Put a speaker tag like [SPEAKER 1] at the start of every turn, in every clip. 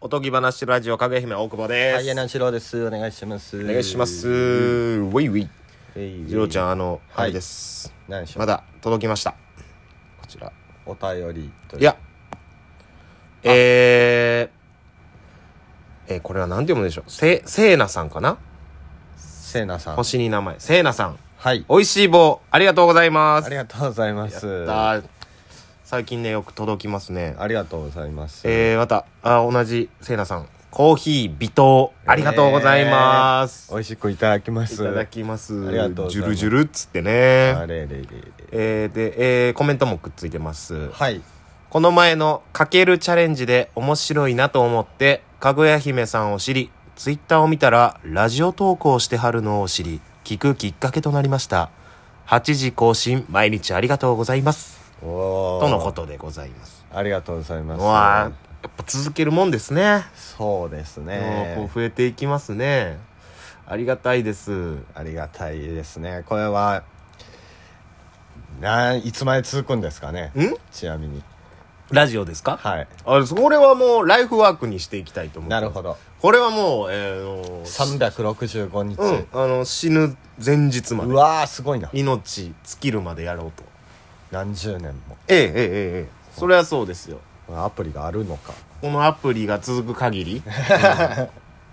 [SPEAKER 1] おとぎ話ラジオかぐや姫大久保で
[SPEAKER 2] は
[SPEAKER 1] す、
[SPEAKER 2] い、柳郎です。お願いします。
[SPEAKER 1] お願いしますウ
[SPEAKER 2] え
[SPEAKER 1] ェイウェイ
[SPEAKER 2] い。
[SPEAKER 1] 次郎ちゃんあの、
[SPEAKER 2] は
[SPEAKER 1] あ
[SPEAKER 2] い
[SPEAKER 1] れです
[SPEAKER 2] 何でしょう
[SPEAKER 1] まだ届きましたこちら
[SPEAKER 2] お便りという。
[SPEAKER 1] いやえー、えーこれは何て読むんでしょうせせいなさんかな
[SPEAKER 2] せなさん。
[SPEAKER 1] 星に名前せいなさん
[SPEAKER 2] はい。
[SPEAKER 1] おいしい棒ありがとうございます
[SPEAKER 2] ありがとうございます。
[SPEAKER 1] やったー最近ねよく届きますね
[SPEAKER 2] ありがとうございます。
[SPEAKER 1] えー、またあ同じせいなさんコーヒー微糖ありがとうございます、
[SPEAKER 2] 美味しくいただきます。
[SPEAKER 1] いただきます
[SPEAKER 2] ありがとうございます
[SPEAKER 1] ジュルジュルっつってね、
[SPEAKER 2] あれれれれ
[SPEAKER 1] えーで、えーコメントもくっついてます
[SPEAKER 2] はい。
[SPEAKER 1] この前のかけるチャレンジで面白いなと思ってかぐや姫さんを知りツイッターを見たらラジオ投稿してはるのを知り聞くきっかけとなりました8時更新毎日ありがとうございます
[SPEAKER 2] おー
[SPEAKER 1] とのことでございます
[SPEAKER 2] ありがとうございます。
[SPEAKER 1] わあやっぱ続けるもんですね
[SPEAKER 2] そうです
[SPEAKER 1] もう
[SPEAKER 2] ね
[SPEAKER 1] こ。う増えていきますねありがたいです
[SPEAKER 2] ありがたいですね。これは、なん、いつまで続くんですかね。
[SPEAKER 1] ん
[SPEAKER 2] ちなみに。
[SPEAKER 1] ラジオですか
[SPEAKER 2] はい。
[SPEAKER 1] あそれはもうライフワークにしていきたいと思って
[SPEAKER 2] な
[SPEAKER 1] ます
[SPEAKER 2] るほど。
[SPEAKER 1] これはもう、えーあの
[SPEAKER 2] 365日。
[SPEAKER 1] うん、あの死ぬ前日ま
[SPEAKER 2] う
[SPEAKER 1] で
[SPEAKER 2] わーすごいな
[SPEAKER 1] 命尽きるまでやろうと
[SPEAKER 2] 何十年も
[SPEAKER 1] ええええええそれはそうですよ
[SPEAKER 2] アプリがあるのか
[SPEAKER 1] このアプリが続く限 り、うん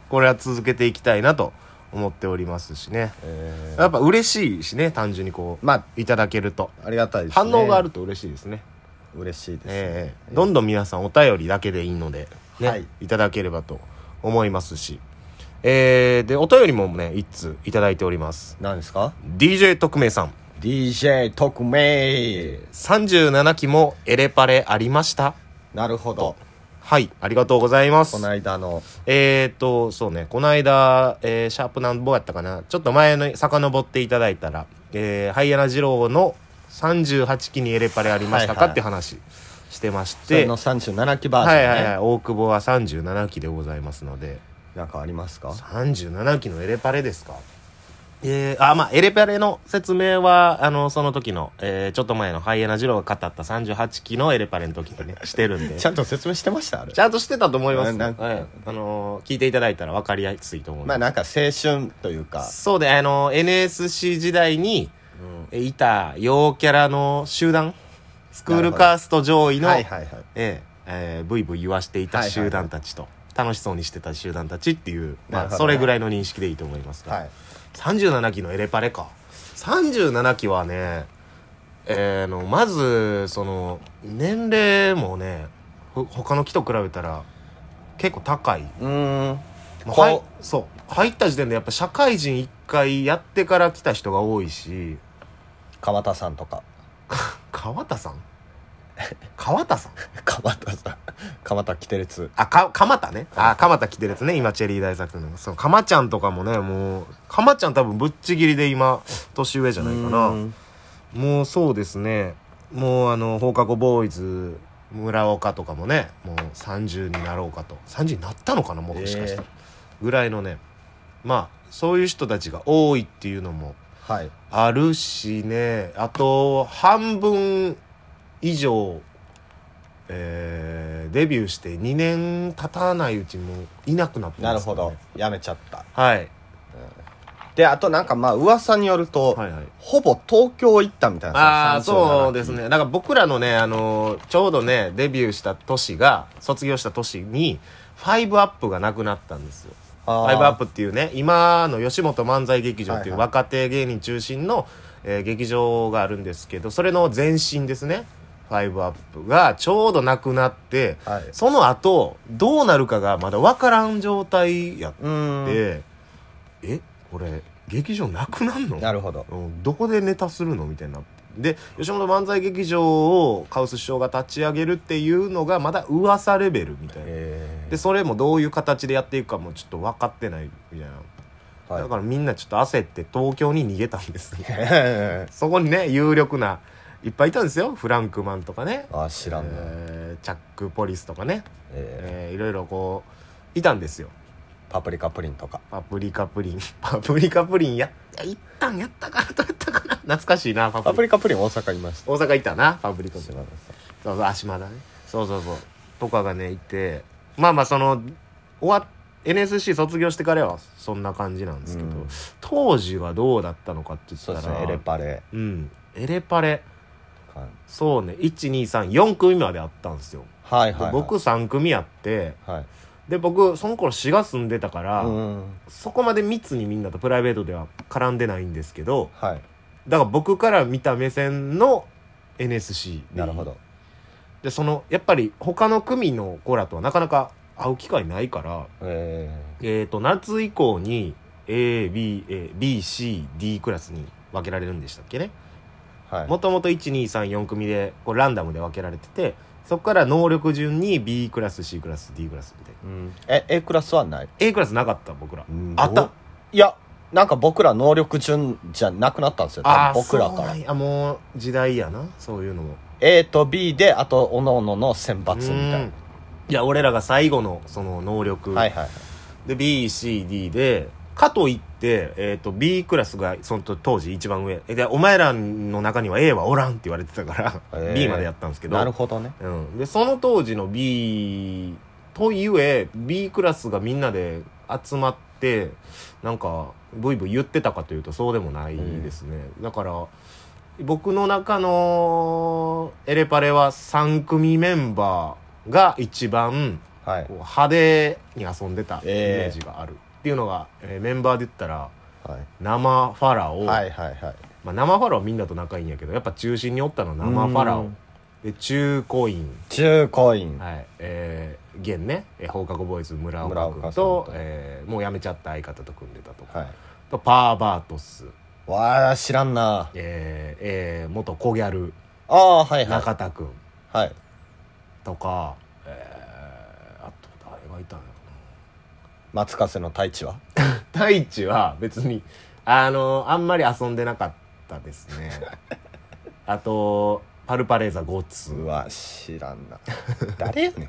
[SPEAKER 1] これは続けていきたいなと思っておりますしね
[SPEAKER 2] え
[SPEAKER 1] やっぱ嬉しいしね単純にこう、まあ、いただけると
[SPEAKER 2] ーありがたいですね
[SPEAKER 1] 反応があると嬉しいですね
[SPEAKER 2] 嬉しいですね、
[SPEAKER 1] ええええどんどん皆さんお便りだけでいいので、ね
[SPEAKER 2] はい
[SPEAKER 1] い、ただければと思いますし、ええでお便りもね一通いただいております
[SPEAKER 2] 何ですか
[SPEAKER 1] DJ 特命さん
[SPEAKER 2] DJ 特命
[SPEAKER 1] 37期もエレパレありました
[SPEAKER 2] なるほど
[SPEAKER 1] はいありがとうございます
[SPEAKER 2] この間の
[SPEAKER 1] えー、っとそうねこの間、えーシャープなんぼやったかなちょっと前の遡っていただいたら、えーハイアナ二郎の38期にエレパレありましたか、
[SPEAKER 2] はいはい
[SPEAKER 1] って話してまし
[SPEAKER 2] それ
[SPEAKER 1] て
[SPEAKER 2] の37期バージョン、
[SPEAKER 1] はい
[SPEAKER 2] ね
[SPEAKER 1] はいはい大久保は37期でございますので
[SPEAKER 2] なんかありますか
[SPEAKER 1] 37期のエレパレですかえー、あまあエレパレの説明はあのその時の、えーちょっと前のハイエナ二郎が語った38期のエレパレの時に ねしてるんで
[SPEAKER 2] ちゃんと説明してましたあれ
[SPEAKER 1] ちゃんとしてたと思います、
[SPEAKER 2] ななん
[SPEAKER 1] はいあのー聞いていただいたら分かりやすいと思い
[SPEAKER 2] ま
[SPEAKER 1] ま
[SPEAKER 2] あ
[SPEAKER 1] す、
[SPEAKER 2] なんか青春というか、
[SPEAKER 1] そうであのー NSC 時代にえーいた陽キャラの集団スクールカースト上位の、
[SPEAKER 2] はいはいはい
[SPEAKER 1] えーえーブイブイ言わしていた集団たちと、楽しそうにしてた集団たちっていう、まあ、
[SPEAKER 2] なるほどね
[SPEAKER 1] それぐらいの認識でいいと思いますが、
[SPEAKER 2] はい
[SPEAKER 1] 37期のエレパレか37期はねえーのまずその年齢もねほ他の期と比べたら結構高い、
[SPEAKER 2] うーん
[SPEAKER 1] まあ
[SPEAKER 2] こう
[SPEAKER 1] はいそう入った時点でやっぱ社会人1回やってから来た人が多いし
[SPEAKER 2] 川田さんとか
[SPEAKER 1] 川田さん川田さん
[SPEAKER 2] 川田さん川田キテレツ
[SPEAKER 1] あか鎌田ねあ鎌田来てるやつね今チェリー大作のその鎌ちゃんとかもねもう鎌ちゃん多分ぶっちぎりで今年上じゃないかな、
[SPEAKER 2] うーん
[SPEAKER 1] もうそうですねもうあの放課後ボーイズ村岡とかもねもう30になろうかと30になったのかなもしかしたら、
[SPEAKER 2] え
[SPEAKER 1] ぐらいのねまあそういう人たちが多いっていうのも
[SPEAKER 2] はい
[SPEAKER 1] あるしねあと半分以上、えーデビューして2年経たないうちにもういなくなって
[SPEAKER 2] な
[SPEAKER 1] ま
[SPEAKER 2] る
[SPEAKER 1] すか
[SPEAKER 2] ほ
[SPEAKER 1] らね、
[SPEAKER 2] どやめちゃった
[SPEAKER 1] はい、
[SPEAKER 2] であとなんかまあ噂によると、
[SPEAKER 1] はいはい
[SPEAKER 2] ほぼ東京行ったみたいな
[SPEAKER 1] ああそうですねだから僕らのね、あのーちょうどねデビューした年が卒業した年にファイブアップがなくなったんですよ
[SPEAKER 2] フ
[SPEAKER 1] ファイブアップっていうね今の吉本漫才劇場ってい
[SPEAKER 2] は
[SPEAKER 1] う
[SPEAKER 2] いはい
[SPEAKER 1] 若手芸人中心の、えー劇場があるんですけどそれの前身ですねファイブアップがちょうどなくなって、
[SPEAKER 2] はい
[SPEAKER 1] その後どうなるかがまだ分からん状態やっ
[SPEAKER 2] うーん
[SPEAKER 1] て、えこれ劇場なくなんの
[SPEAKER 2] なるほど
[SPEAKER 1] うんどこでネタするのみたいになってで吉本漫才劇場をカウス師匠が立ち上げるっていうのがまだ噂レベルみたいな
[SPEAKER 2] え
[SPEAKER 1] でそれもどういう形でやっていくかもちょっと分かってないみたいな、だからみんなちょっと焦って東京に逃げたんですそこにね有力ないっぱいいたんですよフランクマンとかね、
[SPEAKER 2] あ知らんな、
[SPEAKER 1] えーチャック・ポリスとかね、
[SPEAKER 2] え
[SPEAKER 1] えーいろいろこういたんですよ
[SPEAKER 2] ーパプリカプリンとか
[SPEAKER 1] パプリカプリン パプリカプリンやいや一旦やったからとやったから懐かしいなパプ
[SPEAKER 2] パ
[SPEAKER 1] リカ
[SPEAKER 2] プリカプリン大阪いました
[SPEAKER 1] 大阪行ったなパブリックそ
[SPEAKER 2] 島
[SPEAKER 1] う
[SPEAKER 2] 田さん
[SPEAKER 1] そう足間だねそうそうそうとかがねいてまあまあその終わっ NSC 卒業してからはそんな感じなんですけど、
[SPEAKER 2] うん
[SPEAKER 1] 当時はどうだったのかって言った
[SPEAKER 2] そう
[SPEAKER 1] ら
[SPEAKER 2] ですねエレパレ
[SPEAKER 1] うんエレパレ
[SPEAKER 2] はい
[SPEAKER 1] そうね1234組まであったんですよ、
[SPEAKER 2] はい
[SPEAKER 1] で
[SPEAKER 2] はい
[SPEAKER 1] 僕3組あって
[SPEAKER 2] はい
[SPEAKER 1] で僕その頃滋賀住んでたから、
[SPEAKER 2] うん
[SPEAKER 1] そこまで密にみんなとプライベートでは絡んでないんですけど
[SPEAKER 2] はい
[SPEAKER 1] だから僕から見た目線の NSC で
[SPEAKER 2] なるほど
[SPEAKER 1] でそのやっぱり他の組の子らとはなかなか会う機会ないから
[SPEAKER 2] え
[SPEAKER 1] えー、と夏以降に ABCD クラスに分けられるんでしたっけね
[SPEAKER 2] ーはい
[SPEAKER 1] もともと1234組でこうランダムで分けられててそこから能力順に B クラス C クラス D クラスみたいな
[SPEAKER 2] うんえ A クラスはない
[SPEAKER 1] A クラスなかった僕らあ
[SPEAKER 2] あ
[SPEAKER 1] っ
[SPEAKER 2] ったたいやなんか僕ら能力順じゃなくなったんですよ
[SPEAKER 1] あー
[SPEAKER 2] 僕ら
[SPEAKER 1] そう
[SPEAKER 2] か
[SPEAKER 1] な
[SPEAKER 2] ら
[SPEAKER 1] んやあもう時代やなそういうのも
[SPEAKER 2] A と B であとおのおのの選抜みた
[SPEAKER 1] う
[SPEAKER 2] い
[SPEAKER 1] んいや俺らが最後のその能力、
[SPEAKER 2] なはいはい
[SPEAKER 1] で BCD でかといって、えー、と B クラスがその当時一番上えでお前らの中には A はおらんって言われてたから、
[SPEAKER 2] へー
[SPEAKER 1] B までやったんですけど
[SPEAKER 2] なるほどね
[SPEAKER 1] うん、でその当時の B とゆえ B クラスがみんなで集まってなんかブイブイ言ってたかというとそうでもないですね、だから僕の中のエレパレは3組メンバーが一番
[SPEAKER 2] はい
[SPEAKER 1] こう派手に遊んでたイメージがある、っていうのが、えーメンバーで言ったら
[SPEAKER 2] はい
[SPEAKER 1] 生ファラオ、
[SPEAKER 2] はいはいはい
[SPEAKER 1] まあ、生ファラオはみんなと仲いいんやけどやっぱ中心におったのは生ファラ
[SPEAKER 2] う
[SPEAKER 1] オ
[SPEAKER 2] ん
[SPEAKER 1] で中コイン
[SPEAKER 2] 中コイン
[SPEAKER 1] はいえー、現ね、えー放課後ボーイズ村
[SPEAKER 2] 村
[SPEAKER 1] 岡
[SPEAKER 2] 岡
[SPEAKER 1] 君
[SPEAKER 2] さ
[SPEAKER 1] と
[SPEAKER 2] んと
[SPEAKER 1] えーもう辞めちゃった相方と組んでたとか、
[SPEAKER 2] はい
[SPEAKER 1] とパーバートス、
[SPEAKER 2] わあ知らんな
[SPEAKER 1] えーえー元コギャル
[SPEAKER 2] ああはいはい
[SPEAKER 1] 中田君
[SPEAKER 2] はい
[SPEAKER 1] とか、えーあと誰がいたんやろな
[SPEAKER 2] 松風の太一は
[SPEAKER 1] 太一は別にあのあんまり遊んでなかったです ねあとパルパレーザゴツ
[SPEAKER 2] うわ知ら んな誰やね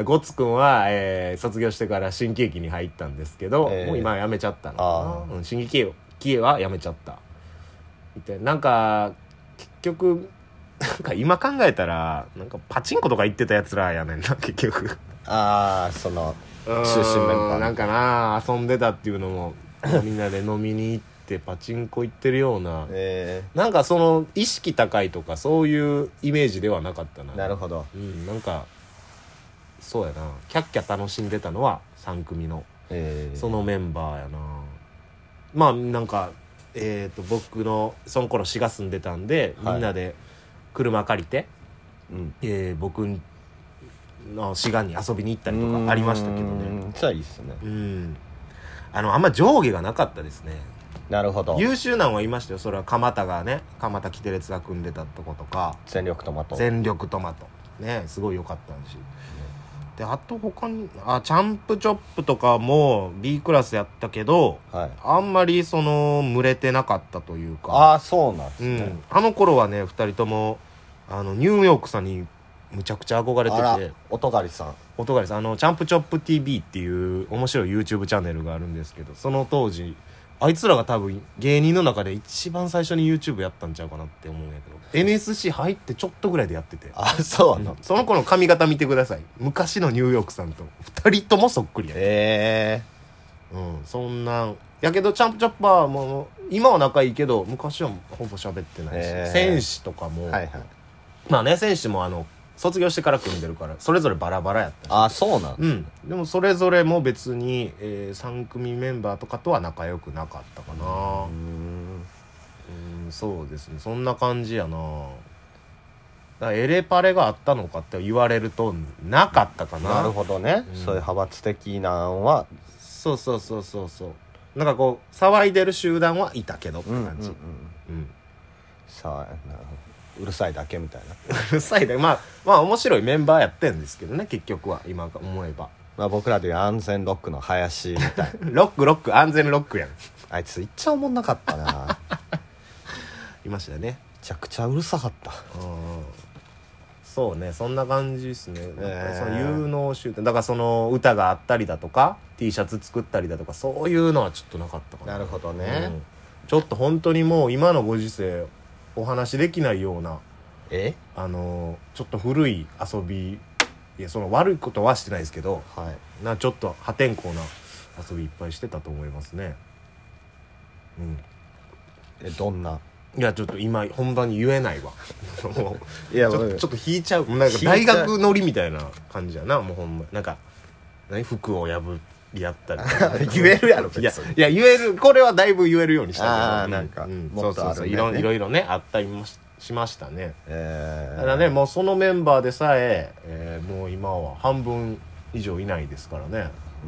[SPEAKER 2] ん
[SPEAKER 1] ゴツくんは、えー卒業してから新喜劇に入ったんですけど、
[SPEAKER 2] えー
[SPEAKER 1] もう今やめちゃったの
[SPEAKER 2] あ
[SPEAKER 1] かなうん新喜劇はやめちゃったみたいななんか結局なんか今考えたらなんかパチンコとか行ってたやつらやねんな 結局
[SPEAKER 2] ああその
[SPEAKER 1] 中
[SPEAKER 2] 心メンバー
[SPEAKER 1] なんかな遊んでたっていうのもみんなで飲みに行ってパチンコ行ってるような
[SPEAKER 2] え
[SPEAKER 1] なんかその意識高いとかそういうイメージではなかったな
[SPEAKER 2] ー、なるほど
[SPEAKER 1] うんなんかそうやなキャッキャ楽しんでたのは3組の
[SPEAKER 2] えー、
[SPEAKER 1] そのメンバーやなまあなんかえっ、と僕のその頃滋賀住んでたんで、
[SPEAKER 2] はい
[SPEAKER 1] みんなで車借りて、
[SPEAKER 2] うん
[SPEAKER 1] えー僕の滋賀に遊びに行ったりとかありましたけどね
[SPEAKER 2] うんじゃあいいっすね
[SPEAKER 1] うんあのあんま上下がなかったですね
[SPEAKER 2] なるほど
[SPEAKER 1] 優秀なんはいましたよそれは蒲田がね蒲田キテレツが組んでたとことか
[SPEAKER 2] 全力トマト
[SPEAKER 1] 全力トマトねすごい良かったしであと他にあチャンプチョップとかも B クラスやったけど
[SPEAKER 2] はい
[SPEAKER 1] あんまりその群れてなかったというか
[SPEAKER 2] ああそうなんです
[SPEAKER 1] う
[SPEAKER 2] ね、
[SPEAKER 1] ん、あの頃はね2人ともあのニューヨークさんにむちゃくちゃ憧れ
[SPEAKER 2] あら
[SPEAKER 1] てて
[SPEAKER 2] おとがりさん
[SPEAKER 1] 音がですあのチャンプチョップ TV っていう面白い YouTube チャンネルがあるんですけどその当時あいつらが多分芸人の中で一番最初に YouTube やったんちゃうかなって思うんやけど NSC 入ってちょっとぐらいでやってて
[SPEAKER 2] あそうなの、
[SPEAKER 1] その子の髪型見てください昔のニューヨークさんと2人ともそっくりやね
[SPEAKER 2] え
[SPEAKER 1] うんそんなんやけどチャンプチョッパーも今は仲いいけど昔はほぼ喋ってないし、
[SPEAKER 2] えー
[SPEAKER 1] 選手とかも、
[SPEAKER 2] えー、はいはい
[SPEAKER 1] まあね選手もあの卒業してから組んでるからそれぞれバラバラやったし
[SPEAKER 2] ああそうなん、
[SPEAKER 1] うんでもそれぞれも別に、え3組メンバーとかとは仲良くなかったかな
[SPEAKER 2] うーん
[SPEAKER 1] うんそうですねそんな感じやなだからエレパレがあったのかって言われるとなかったかな
[SPEAKER 2] なるほどね、
[SPEAKER 1] うん
[SPEAKER 2] そういう派閥的なんは
[SPEAKER 1] そうそうそうそうそうなんかこう騒いでる集団はいたけどって
[SPEAKER 2] うんうんう
[SPEAKER 1] 感
[SPEAKER 2] ん
[SPEAKER 1] じ、うん
[SPEAKER 2] さあなうるさいだけみたいな、
[SPEAKER 1] うるさいでまあまあ面白いメンバーやってんですけどね結局は今思えば
[SPEAKER 2] まあ、僕らでいう安全ロックの林み たいな
[SPEAKER 1] ロックロック安全ロックやん
[SPEAKER 2] あいついっちゃおもんなかったなめ
[SPEAKER 1] いましたね
[SPEAKER 2] ちゃくちゃうるさかった
[SPEAKER 1] うんそうねそんな感じですね、なんか
[SPEAKER 2] えー
[SPEAKER 1] その有能集団だからその歌があったりだとか T シャツ作ったりだとかそういうのはちょっとなかったかな
[SPEAKER 2] なるほど
[SPEAKER 1] う
[SPEAKER 2] ね
[SPEAKER 1] ん、ちょっと本当にもう今のご時世お話できないような
[SPEAKER 2] え
[SPEAKER 1] あのちょっと古い遊びいやその悪いことはしてないですけど
[SPEAKER 2] はい
[SPEAKER 1] なちょっと破天荒な遊びいっぱいしてたと思いますねうん
[SPEAKER 2] えどんない
[SPEAKER 1] やちょっと今本番に言えないわもう
[SPEAKER 2] いや
[SPEAKER 1] ちょっ
[SPEAKER 2] も
[SPEAKER 1] と
[SPEAKER 2] う
[SPEAKER 1] ちょっと引いちゃうなんか
[SPEAKER 2] 引いちゃう
[SPEAKER 1] 大学乗りみたいな感じやなもうほんまなんか何服を破り合ったり
[SPEAKER 2] 言えるやろ
[SPEAKER 1] いや
[SPEAKER 2] 別に
[SPEAKER 1] いや言えるこれはだいぶ言えるようにしたけど
[SPEAKER 2] あー
[SPEAKER 1] う
[SPEAKER 2] なんか
[SPEAKER 1] うんそ
[SPEAKER 2] も
[SPEAKER 1] う
[SPEAKER 2] っと
[SPEAKER 1] そう
[SPEAKER 2] あ
[SPEAKER 1] そ
[SPEAKER 2] る
[SPEAKER 1] うい
[SPEAKER 2] ね
[SPEAKER 1] ろいろいろねあったりもししましたね
[SPEAKER 2] えー
[SPEAKER 1] ただねもうそのメンバーでさええーもう今は半分以上いないですからね
[SPEAKER 2] う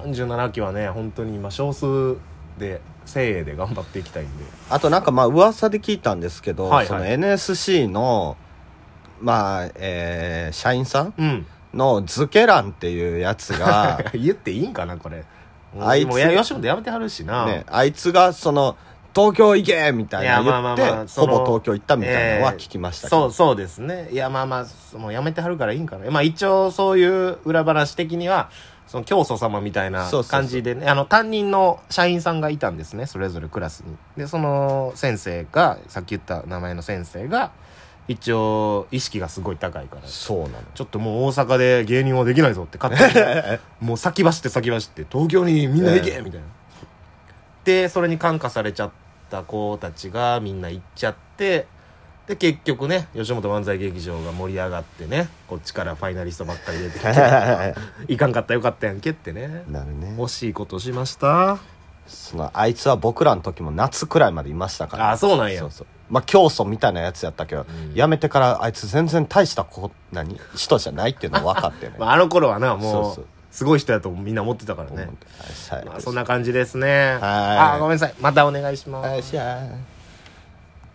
[SPEAKER 2] んうん
[SPEAKER 1] 37期はね本当に今少数で精鋭で頑張っていきたいんで
[SPEAKER 2] あとなんかまあ噂で聞いたんですけど、
[SPEAKER 1] はいはい
[SPEAKER 2] その NSC のまあ、えー社員さん
[SPEAKER 1] うん
[SPEAKER 2] のズケランっていうやつが
[SPEAKER 1] 言っていいんかなこれ
[SPEAKER 2] あいつ
[SPEAKER 1] もうや吉本やめてはるしな、
[SPEAKER 2] ねあいつがその東京行けみたいない
[SPEAKER 1] やまあまあまあ
[SPEAKER 2] 言って
[SPEAKER 1] そ
[SPEAKER 2] ほ
[SPEAKER 1] の
[SPEAKER 2] ぼ東京行ったみたいなのは聞きましたけ
[SPEAKER 1] そ
[SPEAKER 2] ど、
[SPEAKER 1] うそうですねいやまあまあもうやめてはるからいいんかなまあ一応そういう裏話的にはその教祖様みたいな
[SPEAKER 2] そうそうそう
[SPEAKER 1] 感じでねあの担任の社員さんがいたんですねそれぞれクラスにでその先生がさっき言った名前の先生が一応意識がすごい高いから
[SPEAKER 2] そうなの
[SPEAKER 1] ちょっともう大阪で芸人はできないぞって勝手にもう先走って先走って東京にみんな行
[SPEAKER 2] え
[SPEAKER 1] けみたいな、でそれに感化されちゃった子たちがみんな行っちゃってで結局ね吉本漫才劇場が盛り上がってねこっちからファイナリストばっかり出て きていかんかったよかったやんけってね
[SPEAKER 2] なるね
[SPEAKER 1] 惜しいことしました
[SPEAKER 2] そのあいつは僕らの時も夏くらいまでいましたから
[SPEAKER 1] あそうなんや
[SPEAKER 2] そうそうまあ教祖みたいなやつやったけど、
[SPEAKER 1] うん
[SPEAKER 2] やめてからあいつ全然大した子何人じゃないっていうのは分かってね
[SPEAKER 1] まあ、あの頃はなも
[SPEAKER 2] そう
[SPEAKER 1] う
[SPEAKER 2] そう
[SPEAKER 1] すごい人やとみんな思ってたからね
[SPEAKER 2] はい
[SPEAKER 1] まあそんな感じですね
[SPEAKER 2] はい
[SPEAKER 1] あごめんなさいまたお願いします
[SPEAKER 2] はいしゃー